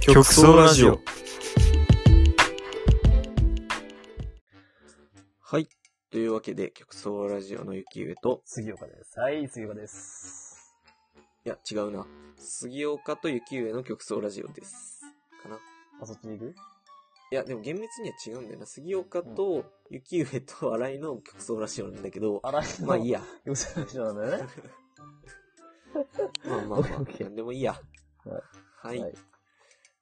極総ラジオ。はい。というわけで、曲奏ラジオのゆきゆと、杉岡です。はい、杉岡です。いや、違うな。杉岡とゆきゆの曲奏ラジオです。かな。あ、そっちに行くいや、でも厳密には違うんだよな。杉岡とゆきゆと新井の曲奏ラジオなんだけど、あら、まあいい や。や。よし、なんだよね。まあまあ まオッケーあオッ、ケーなんでもいいや。は。はいはい。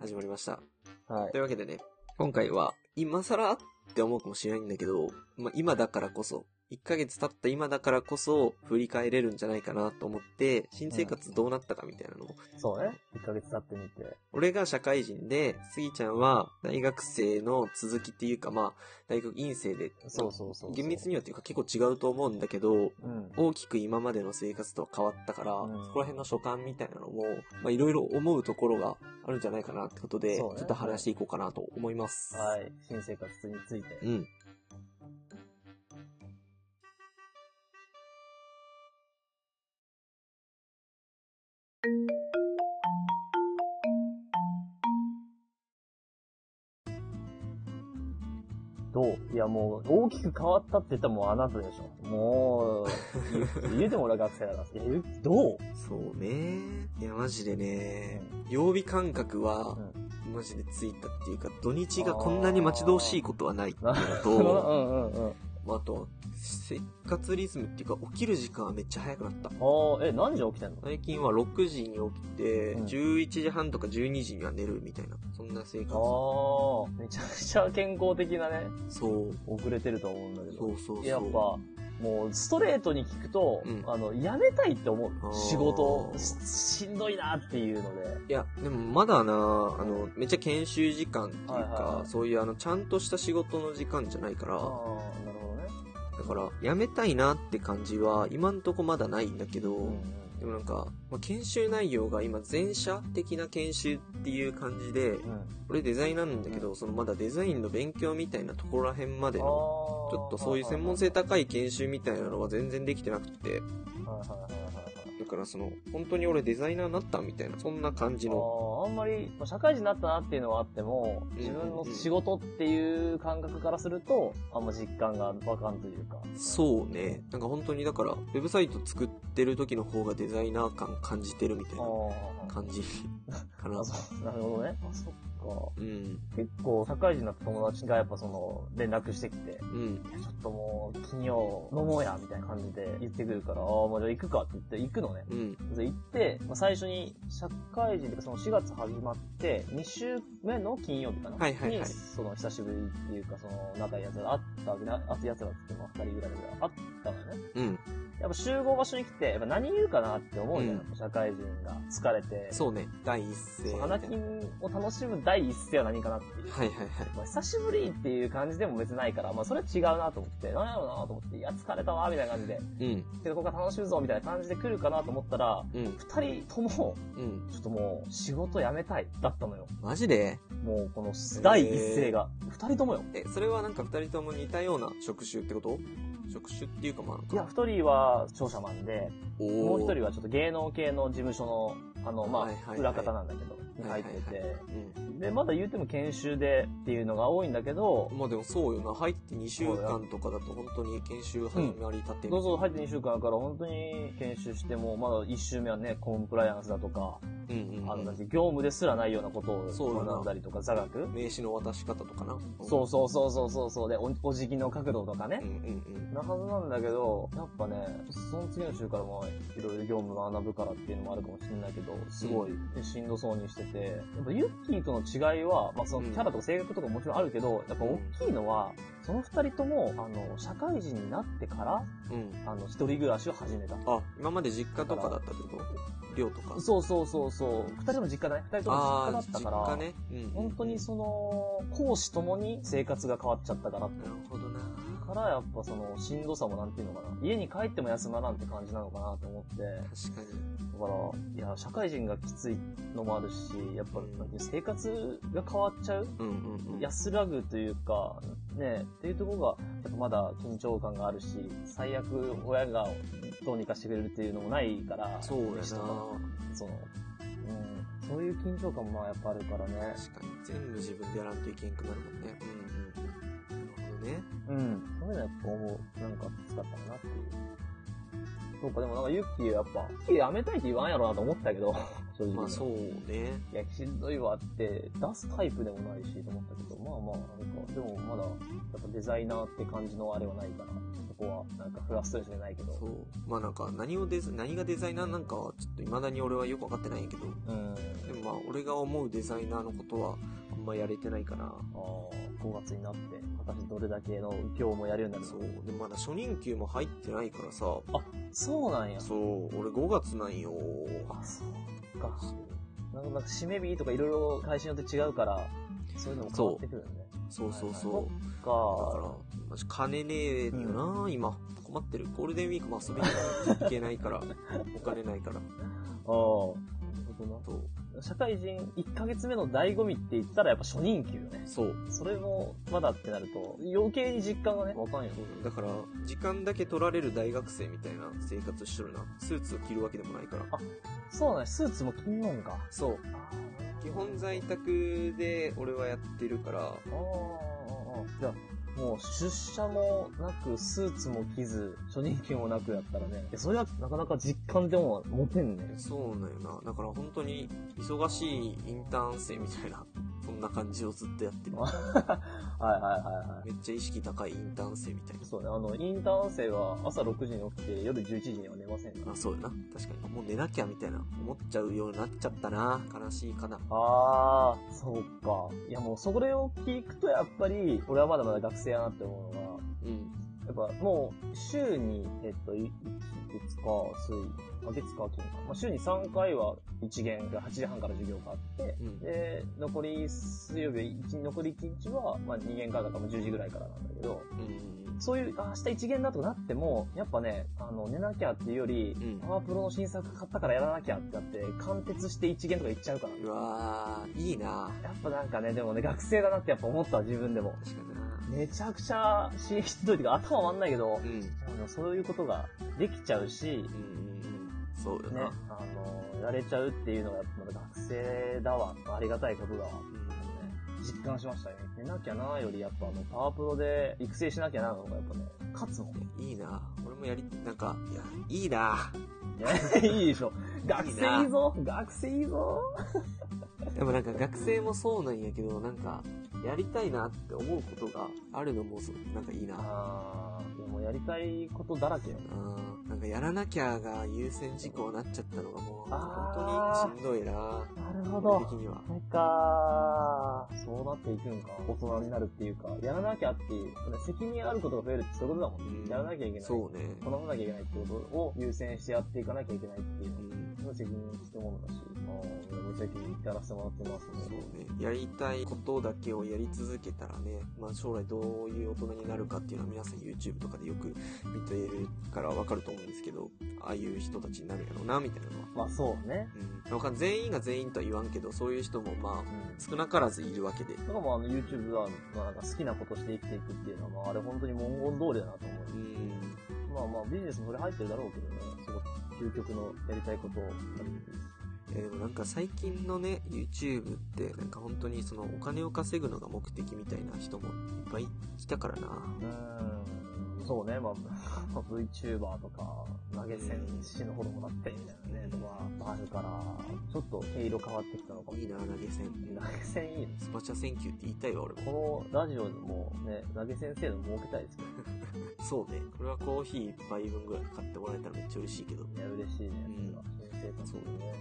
始まりました。はいとい。うわけでね、今回は、今更って思うかもしれないんだけど、まあ、今だからこそ、1ヶ月経った今だからこそ、振り返れるんじゃないかなと思って、新生活どうなったかみたいなのを、そうね。1ヶ月経ってみて。俺が社会人で、スギちゃんは大学生の続きっていうか、まあ、大学院生で、そうそうそうそう。厳密にはっていうか結構違うと思うんだけど、うん。大きく今までの生活とは変わったから、うんそこら辺の所感みたいなのも、まあ、いろいろ思うところがあるんじゃないかなってことで、ちそょうねっと話していこうかなと思います。はい。新生活について。うん。どういや、もう、大きく変わったって言ったらもうあなたでしょ。もう、言うても俺は学生だから。え、どうそうね。いや、マジでねう、曜日感覚はう、マジでついたっていうか、土日がこんなに待ち遠しいことはないっていうのうんうと、んうんうん。 まあ、あとは、生活リズムっていうか、起きる時間はめっちゃ早くなった。ああ、え、何時起きてんの最近は6時に起きて、うん11時半とか12時には寝るみたいな、そんな生活。ああ、めちゃくちゃ健康的なね、そう。遅れてると思うんだけど。そうそうそう。やっぱ、もうストレートに聞くと、うんあの、やめたいって思あーう。仕事し、しんどいなっていうので。いや、でもまだな、あの、めっちゃ研修時間っていうか、はいはいはいそういうあの、ちゃんとした仕事の時間じゃないから、ああ、なるほどね。だから、やめたいなって感じは、今んとこまだないんだけど、でうもなんか、まあ、研修内容が今、全社的な研修っていう感じで、ん。うん俺デザインなんだけど、そのまだデザインの勉強みたいなところら辺までの、ちょっとそういう専門性高い研修みたいなのは全然できてなくて、はいはいはいはいはいだからその、本当に俺デザイナーになったみたいな、そんな感じあの、ーあんまり、まあ社会人になったなっていうのはあっても、ん自分の仕事っていう感覚からすると、あんま実感がわかんというか。そうね。なんか本当にだから、ウェブサイト作ってる時の方がデザイナー感感じてるみたいあなー感じかな あ、。そう、なるほどね。あ、そっか。うん。結構、社会人になった友達がやっぱその、連絡してきて、うん。ちょっともう、金曜飲もうや、みたいな感じで言ってくるから、ああ、まあじゃあ行くかって言って、行くのね。うん。で、行って、まあ、最初に、社会人で、その4月始まって、2週目の金曜日かな。はいはいはいに、その、久しぶりっていうか、その、仲いい奴らがあったわけな、あった奴らって言っても2人ぐらいぐらいあったのよね。うん。やっぱ集合場所に来て、やっぱ何言うかなって思うじゃん。う社会人が疲れて。そうね。第一声。そうは花いはい金を楽しむ第一声は何かなっていう。はい。まあ、久しぶりっていう感じでも別にないから、まあ、それは違うなと思って、なんやろうなと思って、いや、疲れたわ、みたいな感じで、うん。で、ここから楽しむぞ、みたいな感じで来るかなと思ったら、うん。二人とも、うん。ちょっともう、仕事辞めたい、だったのよ。マジでもう、この、第一声が。二人ともよ。え、それはなんか二人とも似たような職種ってこと職種っていうかまあなんか。いや、一人は商社マンで、おーもう一人はちょっと芸能系の事務所の、あの、まはいはいはあ、い裏方なんだけど、に入ってはいて、うで、まだ言うても研修でっていうのが多いんだけどん。、まあでもそうよな。入って2週間とかだと本当に研修始まりたてみたいなどうぞ入って2週間だから本当に研修しても、まだ1週目はね、コンプライアンスだとか、うんうんあの、うなんん。て業務ですらないようなことそうだをな学んだりとか、座学名刺の渡し方とかな。そうそうそうそうそうそうで、お、お辞儀の角度とかうんね。うんなはずなんだけど、やっぱね、その次の週からもいろいろ業務を学ぶからっていうのもあるかもしれないけど、すごいしんどそうにしてて、やっぱユッキーとの違いは、まあそのキャラとか性格とかもちろんあるけど、やっぱ大きいのは、その二人とも、あの、社会人になってから、うん。うん。あの、一人暮らしを始めた。あ、今まで実家とかだったってこと寮とか。そうそうそうそう。二人とも実家だね。二人とも実家だああったー、から。実家ね。うんうんうん本当にその、講師ともに生活が変わっちゃったかなら。るほどな。からやっぱその、しんどさもなんていうのかな。家に帰っても休まなんて感じなのかなと思って。だ確かに。から、いや、社会人がきついのもあるし、やっぱ、なんていう生活が変わっちゃううんうんうん。安らぐというか、ね、っていうところが、やっぱまだ緊張感があるし、最悪親がどうにかしてくれるっていうのもないから、そうやな。人がその、うん。そういう緊張感もまあやっぱあるからね。確かに。全部自分でやらんといけんくなるもんね。うんうん。なるほどね。うん。それがやっぱ思う。なんか使ったかなっていう。そうか、でもなんかユッキーやっぱ、ユッキーやめたいって言わんやろなと思ったけど、 正直。。まあそううね。いや、しんどいわって、出すタイプでもないしと思ったけど、まあまあ、なんか、でもまだ、やっぱデザイナーって感じのあれはないから、そこはなんかフラストレーションじゃないけど。そう。まあなんか何をデザ、何がデザイナーなんかはちょっと未だに俺はよくわかってないんやけど、うん。でもまあ俺が思うデザイナーのことはあんまやれてないかな。ああ、5月になって、果たしてどれだけの業務をやるようになるのそう。で、まだ初任給も入ってないからさ、そうなんや。そう、俺5月なんよ。あ、そうか。なんかなんか締め日とかいろいろ会社によって違うから、そういうのも変わってくるよね。そうそうそう。はいはいだかから、マジ金ねえよな、今。困ってる。ゴールデンウィークも遊びに行けない から、お金ないから。ああ。そう。社会人1ヶ月目の醍醐味って言ったらやっぱ初任給よね。そう。それもまだってなると、余計に実感がね、わかんよ。だから、時間だけ取られる大学生みたいな生活しとるな。スーツを着るわけでもないから。そうだね、スーツも金なんか。そう。あ基本在宅で俺はやってるから、あ、ああ、じゃあ、もう出社もなく、スーツも着ず、初任給もなくやったらね、いやそれはなかなか実感でも持てんね。そうなんよな。だから本当に忙しいインターン生みたいな、そんな感じをずっとやってる。はいはいはいはめい。っちゃ意識高いインターン生みたいな。そうね、あの、インターン生は朝6時に起きて夜11時には寝ませんかあ、そうやな。確かに。もう寝なきゃみたいな。思っちゃうようになっちゃったな。悲しいかな。ああ、そうか。いやもうそれを聞くとやっぱり、俺はまだまだ学生やなって思うのうん。が、やっぱもう週に、えっと、いい月か水、あ月か金か、まあ、週に3回は1限が8時半から授業があって、うんで、残り水曜日、一残り1日は、まあ、2限からだからもう10時ぐらいからなんだけど、うん。そういう、あ明日一限だとかなっても、やっぱね、あの、寝なきゃっていうより、うんパワープロの新作買ったからやらなきゃってなって、貫徹して一限とか行っちゃうから。うわー、いいな。やっぱなんかね、でもね、学生だなってやっぱ思ったわ自分でも。確かにな。めちゃくちゃ刺激しんどいというか、頭回んないけどう、ん。あのそういうことができちゃうし、うんうんうん。そうよねな。、あの、やれちゃうっていうのが、やっぱまだ学生だわ。ありがたいことだわ。うん実感しましたね。寝なきゃなより、やっぱあの、パワープロで育成しなきゃなの方がやっぱね、勝つもん。いいな俺もやり、なんか、いや、いいない やいいでしょ。学生いいぞ学生いいぞでもなんか学生もそうなんやけど、なんか、やりたいなって思うことがあるのもそう、なんかいいなあー、でもやりたいことだらけよ。うんなんかやらなきゃが優先事項になっちゃったのがもう、あー本当にしんどいななるほ俺的には。それかそうなっていくんか。大人になるっていうか、やらなきゃっていう、責任あることが増えるってそういうことだもんね。うんやらなきゃいけない。そうね。こななきゃいけないってことを優先してやっていかなきゃいけないっていうう。ん。その責任ってものだし、あー無責任ってやらせてもらってますそうね。ね。やりたいことだけをやり続けたらね、まあ将来どういう大人になるかっていうのは皆さん YouTube とかでよく見てるからわかると思うんですけど、ああいう人たちになるんやろうな、みたいなのは。まあそうね。うん、わかん全員が全員とは言わんけどそういう人もまうあん。少なからずいるわけで、とかもあの YouTube は、まあなんか好きなことして生きていくっていうのは、まああれ本当に文言通りだなと思う。うん、まあまあビジネスもそれ入ってるだろうけどね。すごく究極のやりたいことをやるべきです。えーでもなんか最近のね YouTube ってなんか本当にそのお金を稼ぐのが目的みたいな人もいっぱい来たからなうーんそうね、まあ、まあ VTuber とか、投げ銭しのほどもなってみたいなね、とか、あるから、ちょっと毛色変わってきたのかも。いいな投げ 銭投げ銭いいね。スパチャセンキューって言いたいわ俺もこのラジオでもね、投げ銭制度設けたいですけそうねこれはコーヒー1杯分ぐらい買ってもらえたらめっちゃ嬉しいけどど、いや、嬉しいね、そそううね。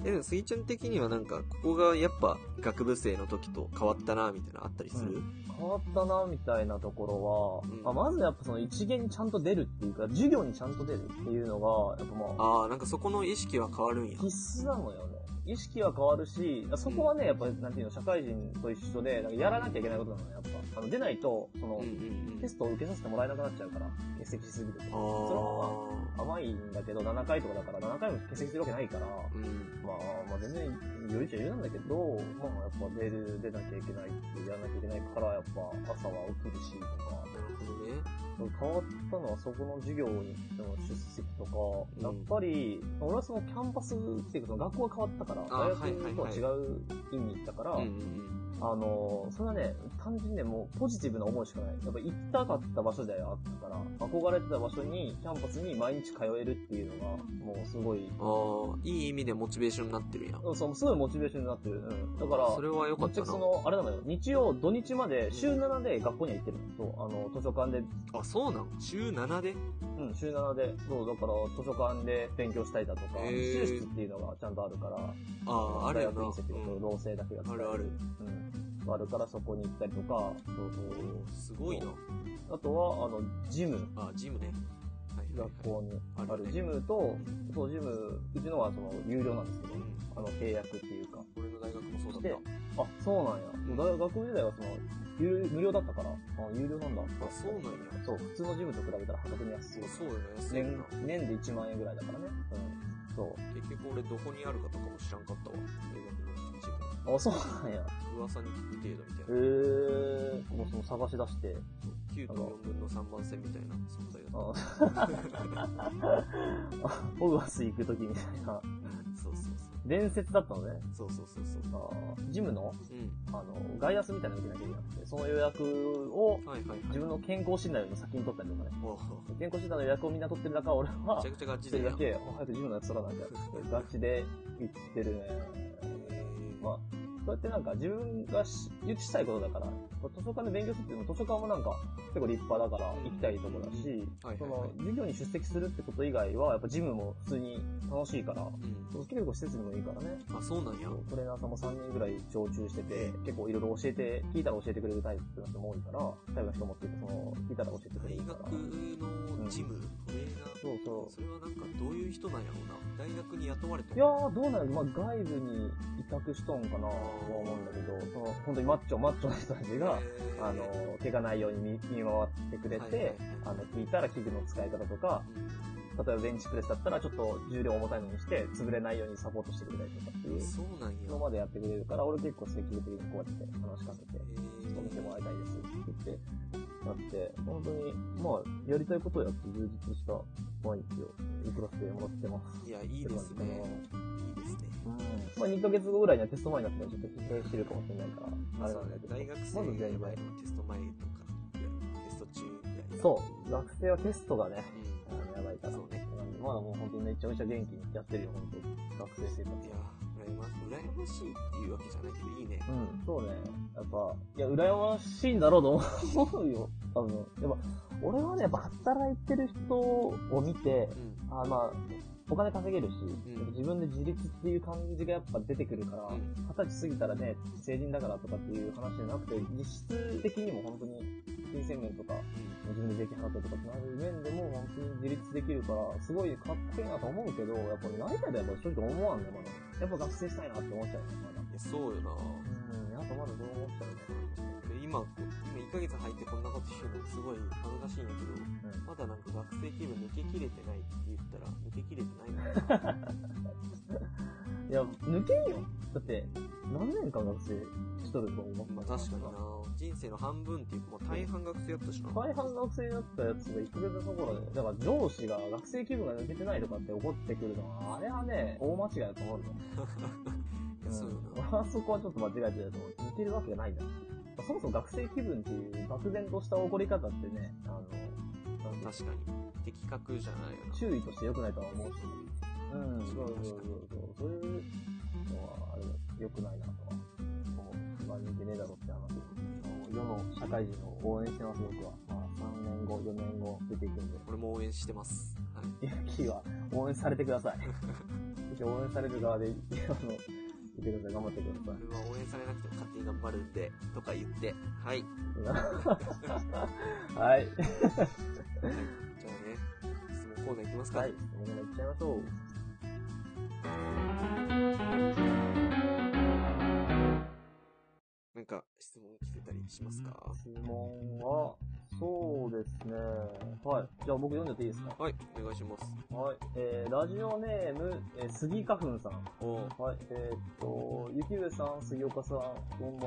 えでもスギちゃん的にはなんかここがやっぱ学部生の時と変わったなみたいなのあったりする、変わったな、みたいなところは、うんまあ、まずやっぱその一元にちゃんと出るっていうか、授業にちゃんと出るっていうのが、やっぱまあ、ああなんかそこの意識は変わるんや必須なのよね。意識は変わるし、そこはね、やっぱ、なんていうの、社会人と一緒で、なんかやらなきゃいけないことなのね、やっぱ。あの、出ないと、その、うんうんうんテストを受けさせてもらえなくなっちゃうから、欠席しすぎてて。あれはあ甘いんだけど、7回とかだから、7回も欠席するわけないから、うん、まあ、まあ全然、よりちゃ余裕なんだけど、まあ、やっぱ出る、出なきゃいけないって、やらなきゃいけないから、やっぱ、朝は起きるし、となか、るほどね。変わったのはそこの授業にの出席とか、やっぱり、俺はそのキャンパスっていうか、その学校が変わったから、あ大学とは違う院に行ったから、うんうんあのーそれはね、単純にね、もうポジティブな思いしかない。やっぱ行きたかった場所であったから、憧れてた場所に、キャンパスに毎日通えるっていうのが、もうすごい、うん。ああ、いい意味でモチベーションになってるやん。うんそう、すごいモチベーションになってる。うん。だから、それは良かぶっっちたゃけなそ。の、あれなのよ、日曜、土日まで、週7で学校には行ってるの。そう、あの、図書館で、あ、そうなの週7でうん、週7で、そう、だから、図書館で勉強したりだとか、へ自ー習室っていうのがちゃんとあるから、ああ、ある大よ学な。う院生っていうと、ん、同棲だけやってたありるある。うん。あるから、そこに行ったりとか、そうそう。すごいな。あとは、あの、ジム、あ、ジムね。はいはいはい学校にあるあよるねジムと、そう、ジム、うちのはその、有料なんですけどう、んあの、契約っていうか。俺の大学もそうだっあ、そうなんや。だ学部時代はその、有無料だったから、あ、有料なんだ。あそうなんやそう、普通のジムと比べたら破格に安いた。。そうだよね。安いよ年な。、年で1万円ぐらいだからね。うん。そ結局俺どこにあるかとかも知らんかったわ。大学のジう。あ、そうなんや。ム。噂に聞く程度みたいへえな。ー、もうその探し出して。 9と4分の3番線みたいな存在だった。あホグワーツ行くときみたいな。そうそう伝説だったのね。そう。そうそうそうそう。あジムの、うん。あの、ガイダンスみたいなの受けなきゃいけなくて、その予約を、はいはいはい。自分の健康診断よりも先に取ったりとかね。おお健康診断の予約をみんな取ってる中、俺めはちゃ、くちゃガチ一で人やだん。け、お早く自分のやつ取らなきゃって、ガチで行ってるね。まあ、そうやってなんか自分がし、言したいことだから、図書館で勉強するっていうのも図書館もなんか結構立派だから行きたいところだし、 はいそはいはのい。授業に出席するってこと以外は、やっぱジムも普通に楽しいから、うん。結構施設にもいいからね。あ、そうなんや。トレーナーさんも3人ぐらい常駐してて、結構いろいろ教えて、聞いたら教えてくれるタイプの人も多いから、タイプの人もっていうか、その、聞いたら教えてくれ大る学から。のジム、トレーナー。そうそう。それはなんかどういう人なんやろうな。大学に雇われていやー、どうなるまあ、外部に委託しとんかなとは思うんだけど、その、本当にマッチョ、マッチョな人たちが、あの、怪我ないように見見回ってくれて、はいはいはいあの、聞いたら器具の使い方とか、例えばベンチプレスだったらちょっと重量重たいのにして、潰れないようにサポートしてくれたりとかっていうそうなんや。のまでやってくれるから、俺結構積極的にこうやって話しかけて、え勤めてもらいたいですって言って、やって、本当に、まあ、やりたいことをやって充実した毎日を、いくらしてもらってます。いや、いいですね。いいですね。まあ、2ヶ月後ぐらいにはテスト前になったらちょっと疲弊してるかもしれないから、あれそなうんねだけど。大学生まずぐらい全の然。テスト前とか、テスト中ぐらい。そう、学生はテストがね、うあのやばいから。そうねなんでまだもう本当にめちゃめちゃ元気にやってるよ、本当学生生活ん。いや、羨ま羨ましいっていうわけじゃないけど、いいね。うん、そうね。やっぱ、いや、羨ましいんだろうと思うよ。 多分。やっぱ、俺はね、やっぱ働いてる人を見て、うん。あまあ、お金稼げるし、ん自分で自立っていう感じがやっぱ出てくるから、うん二十歳過ぎたらね、成人だからとかっていう話じゃなくて、実質的にも本当に、金銭面とか、自分で税金払ったりとかってなる面でも本当に自立できるから、すごいかっこいいなと思うけど、やっぱりなりたいとはやっぱ正直思わんね、まだ。やっぱ学生したいなって思っちゃうね、まだ。いや、そうよな。うん、やっぱまだそう思っちゃうね。俺今、こ今1ヶ月入ってこんなこと言うのすごい恥ずかしいんやけど、うん。まだなんか学生気分抜けきれてないって言ったら、抜けきれてないな。いや、抜けんよ。だって、何年間学生しとると思った まあ確かにな。人生の半分っていうか、もう大半学生やったしな。大半学生だったやつが1ヶ月のところで、だから上司が学生気分が抜けてないとかって怒ってくるのは、あれはね、大間違いだと思うよ。いやそうよな。 ん、あそこはちょっと間違えてると思う。抜けるわけがないんだ。そもそも学生気分っていう漠然とした怒り方ってね、あの、なんていうの確かに。的確じゃないよな。注意として良くないとは思うし。うんそうそうそうそう。そういうのは、あれ、良くないなとは思う。まあ、見てねえだろって話です世の社会人を応援してます、僕は。まあ、3年後、4年後、出ていくんで。俺も応援してます。はい。ヤッキーは応援されてください。ぜひ応援される側 で、あの、言ってください。頑張ってください。俺は応援されなくても勝手に頑張るんで、とか言って。はい。じはい。 ゃあね、質問コーナーいきますか。はい。そのまま行っちゃいましょう。なんか、質問来てたりしますか質問は、そうですね。はい。じゃあ僕読んじゃっていいですかはい、お願いします。はい。えー、ラジオネーム、えー、杉花粉さん。おー。はい、えーっと、ゆきべさん、杉岡さん、こんまあまばんは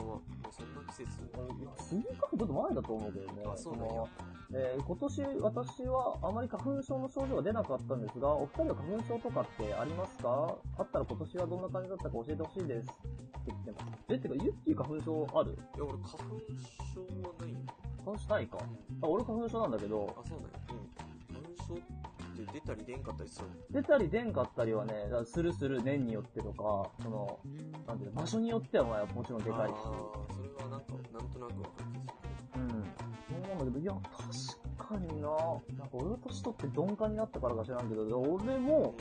あ、もうそんな季節。あの。杉岡さんちょっと前だと思うけどね。あ、そうなんこんばんやは。えー今年私はあまり花粉症の症状が出なかったんですが、お二人は花粉症とかってありますかあったら今年はどんな感じだったか教えてほしいです。って言ってます。え、てか、ゆっきー花粉症あるいや、俺、花粉症はないよ。花粉症ないか。あ俺花粉症なんだけど、あ、そうなんや。うん。花粉症って出たり出んかったりするの出たり出んかったりはね、だからするする年によってとか、その、なんていうの、場所によってはまあもちろんでかいしあ。ーそれはなんか、なんとなくわかるんですうん。そうなんだけど、いや、確かにな、なんか俺の年取って鈍感になったからか知らんけど、俺も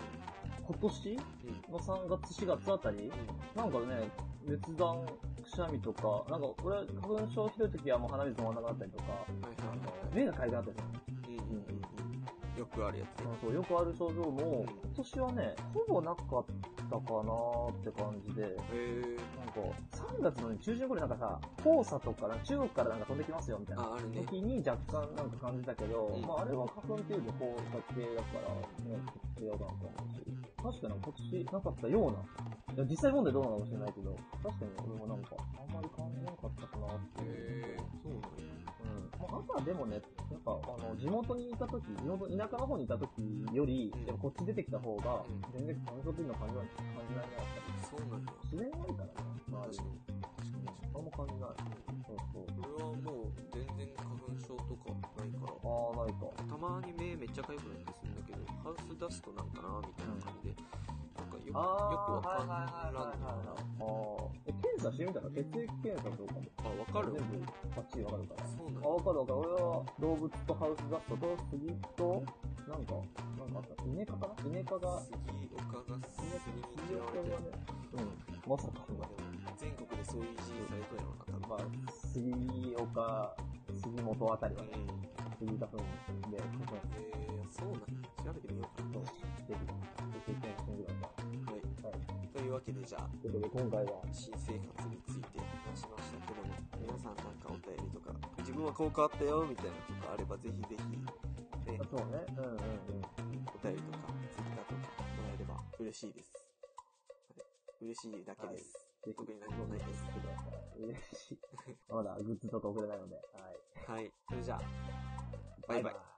今年うん。うん。の3月、4月あたり、なんかね、熱弾、くしゃみとか、なんか俺、花粉症ひどい時はもう鼻水止まんなくなったりとか、はいはいはいはい。目がかゆくなったりとか、うんうんうんうん。よくあるやつね。そう、よくある症状も、今年はね、ほぼなかったかなって感じで、へー。なんか、3月の中旬頃なんかさ、黄砂とか、なんか中国からなんか飛んできますよみたいな。あ、あるね。時に若干なんか感じたけど、うんまああれは花粉っていうよりもこうだけだから、ね、違うかなと思うし、確かに今年なかったような、いや実際問題どうなのかもしれないけど、確かに俺もなんか、あんまり感じなかったかなっていへう。ー。そうなんや。うん。まああとはでもね、やっぱあの、地元にいた時、地元、田舎の方にいた時より、うんやっぱこっち出てきた方がうん、全然感情的な感じは感じないなって。そうなんや。自然があるからね、まあ、確かに。確かに。あんま感じない。そうそう。俺はもう、全然花粉症とかないから。ああ、ないか。たまに目めっちゃかゆくなったりするんだけど、ハウスダストなんかなみたいな感じで、なんかよよくわかんないなああ。え、検査してみたら血液検査とかも。あ、わかる全部バッチリわかるから。そうなんや。あ、わかるわかる。俺は動物とハウスダストと杉と、なんか、なんかあった。イネ科かなイネ科が、杉岡が杉イネに科、杉嫌われてがる。ね、うん。まさかまあでも、全国でそういういじりされとんやろな、多分。まあ、杉岡、杉本あたりはうね、ん。杉花粉で、ここにえー、そうなんや。調べてみようかそう、ぜひ、血液検査してみてくださな。はい。い。はい。というわけで、じゃあ、ということで、今回は、新生活について話しましたけども、皆さんなんかお便りとか、自分はこう変わったよ、みたいなとかあれば、ぜひぜひ、ね、そうね、うんうんうおん。便りとか、ツイッターとかもらえれば嬉しいです。はい、嬉しいだけです。ぜひ、僕に何もないです来てください。嬉しい。まだグッズとか送れないので。はい。はい、それじゃあ、バイバイ。イ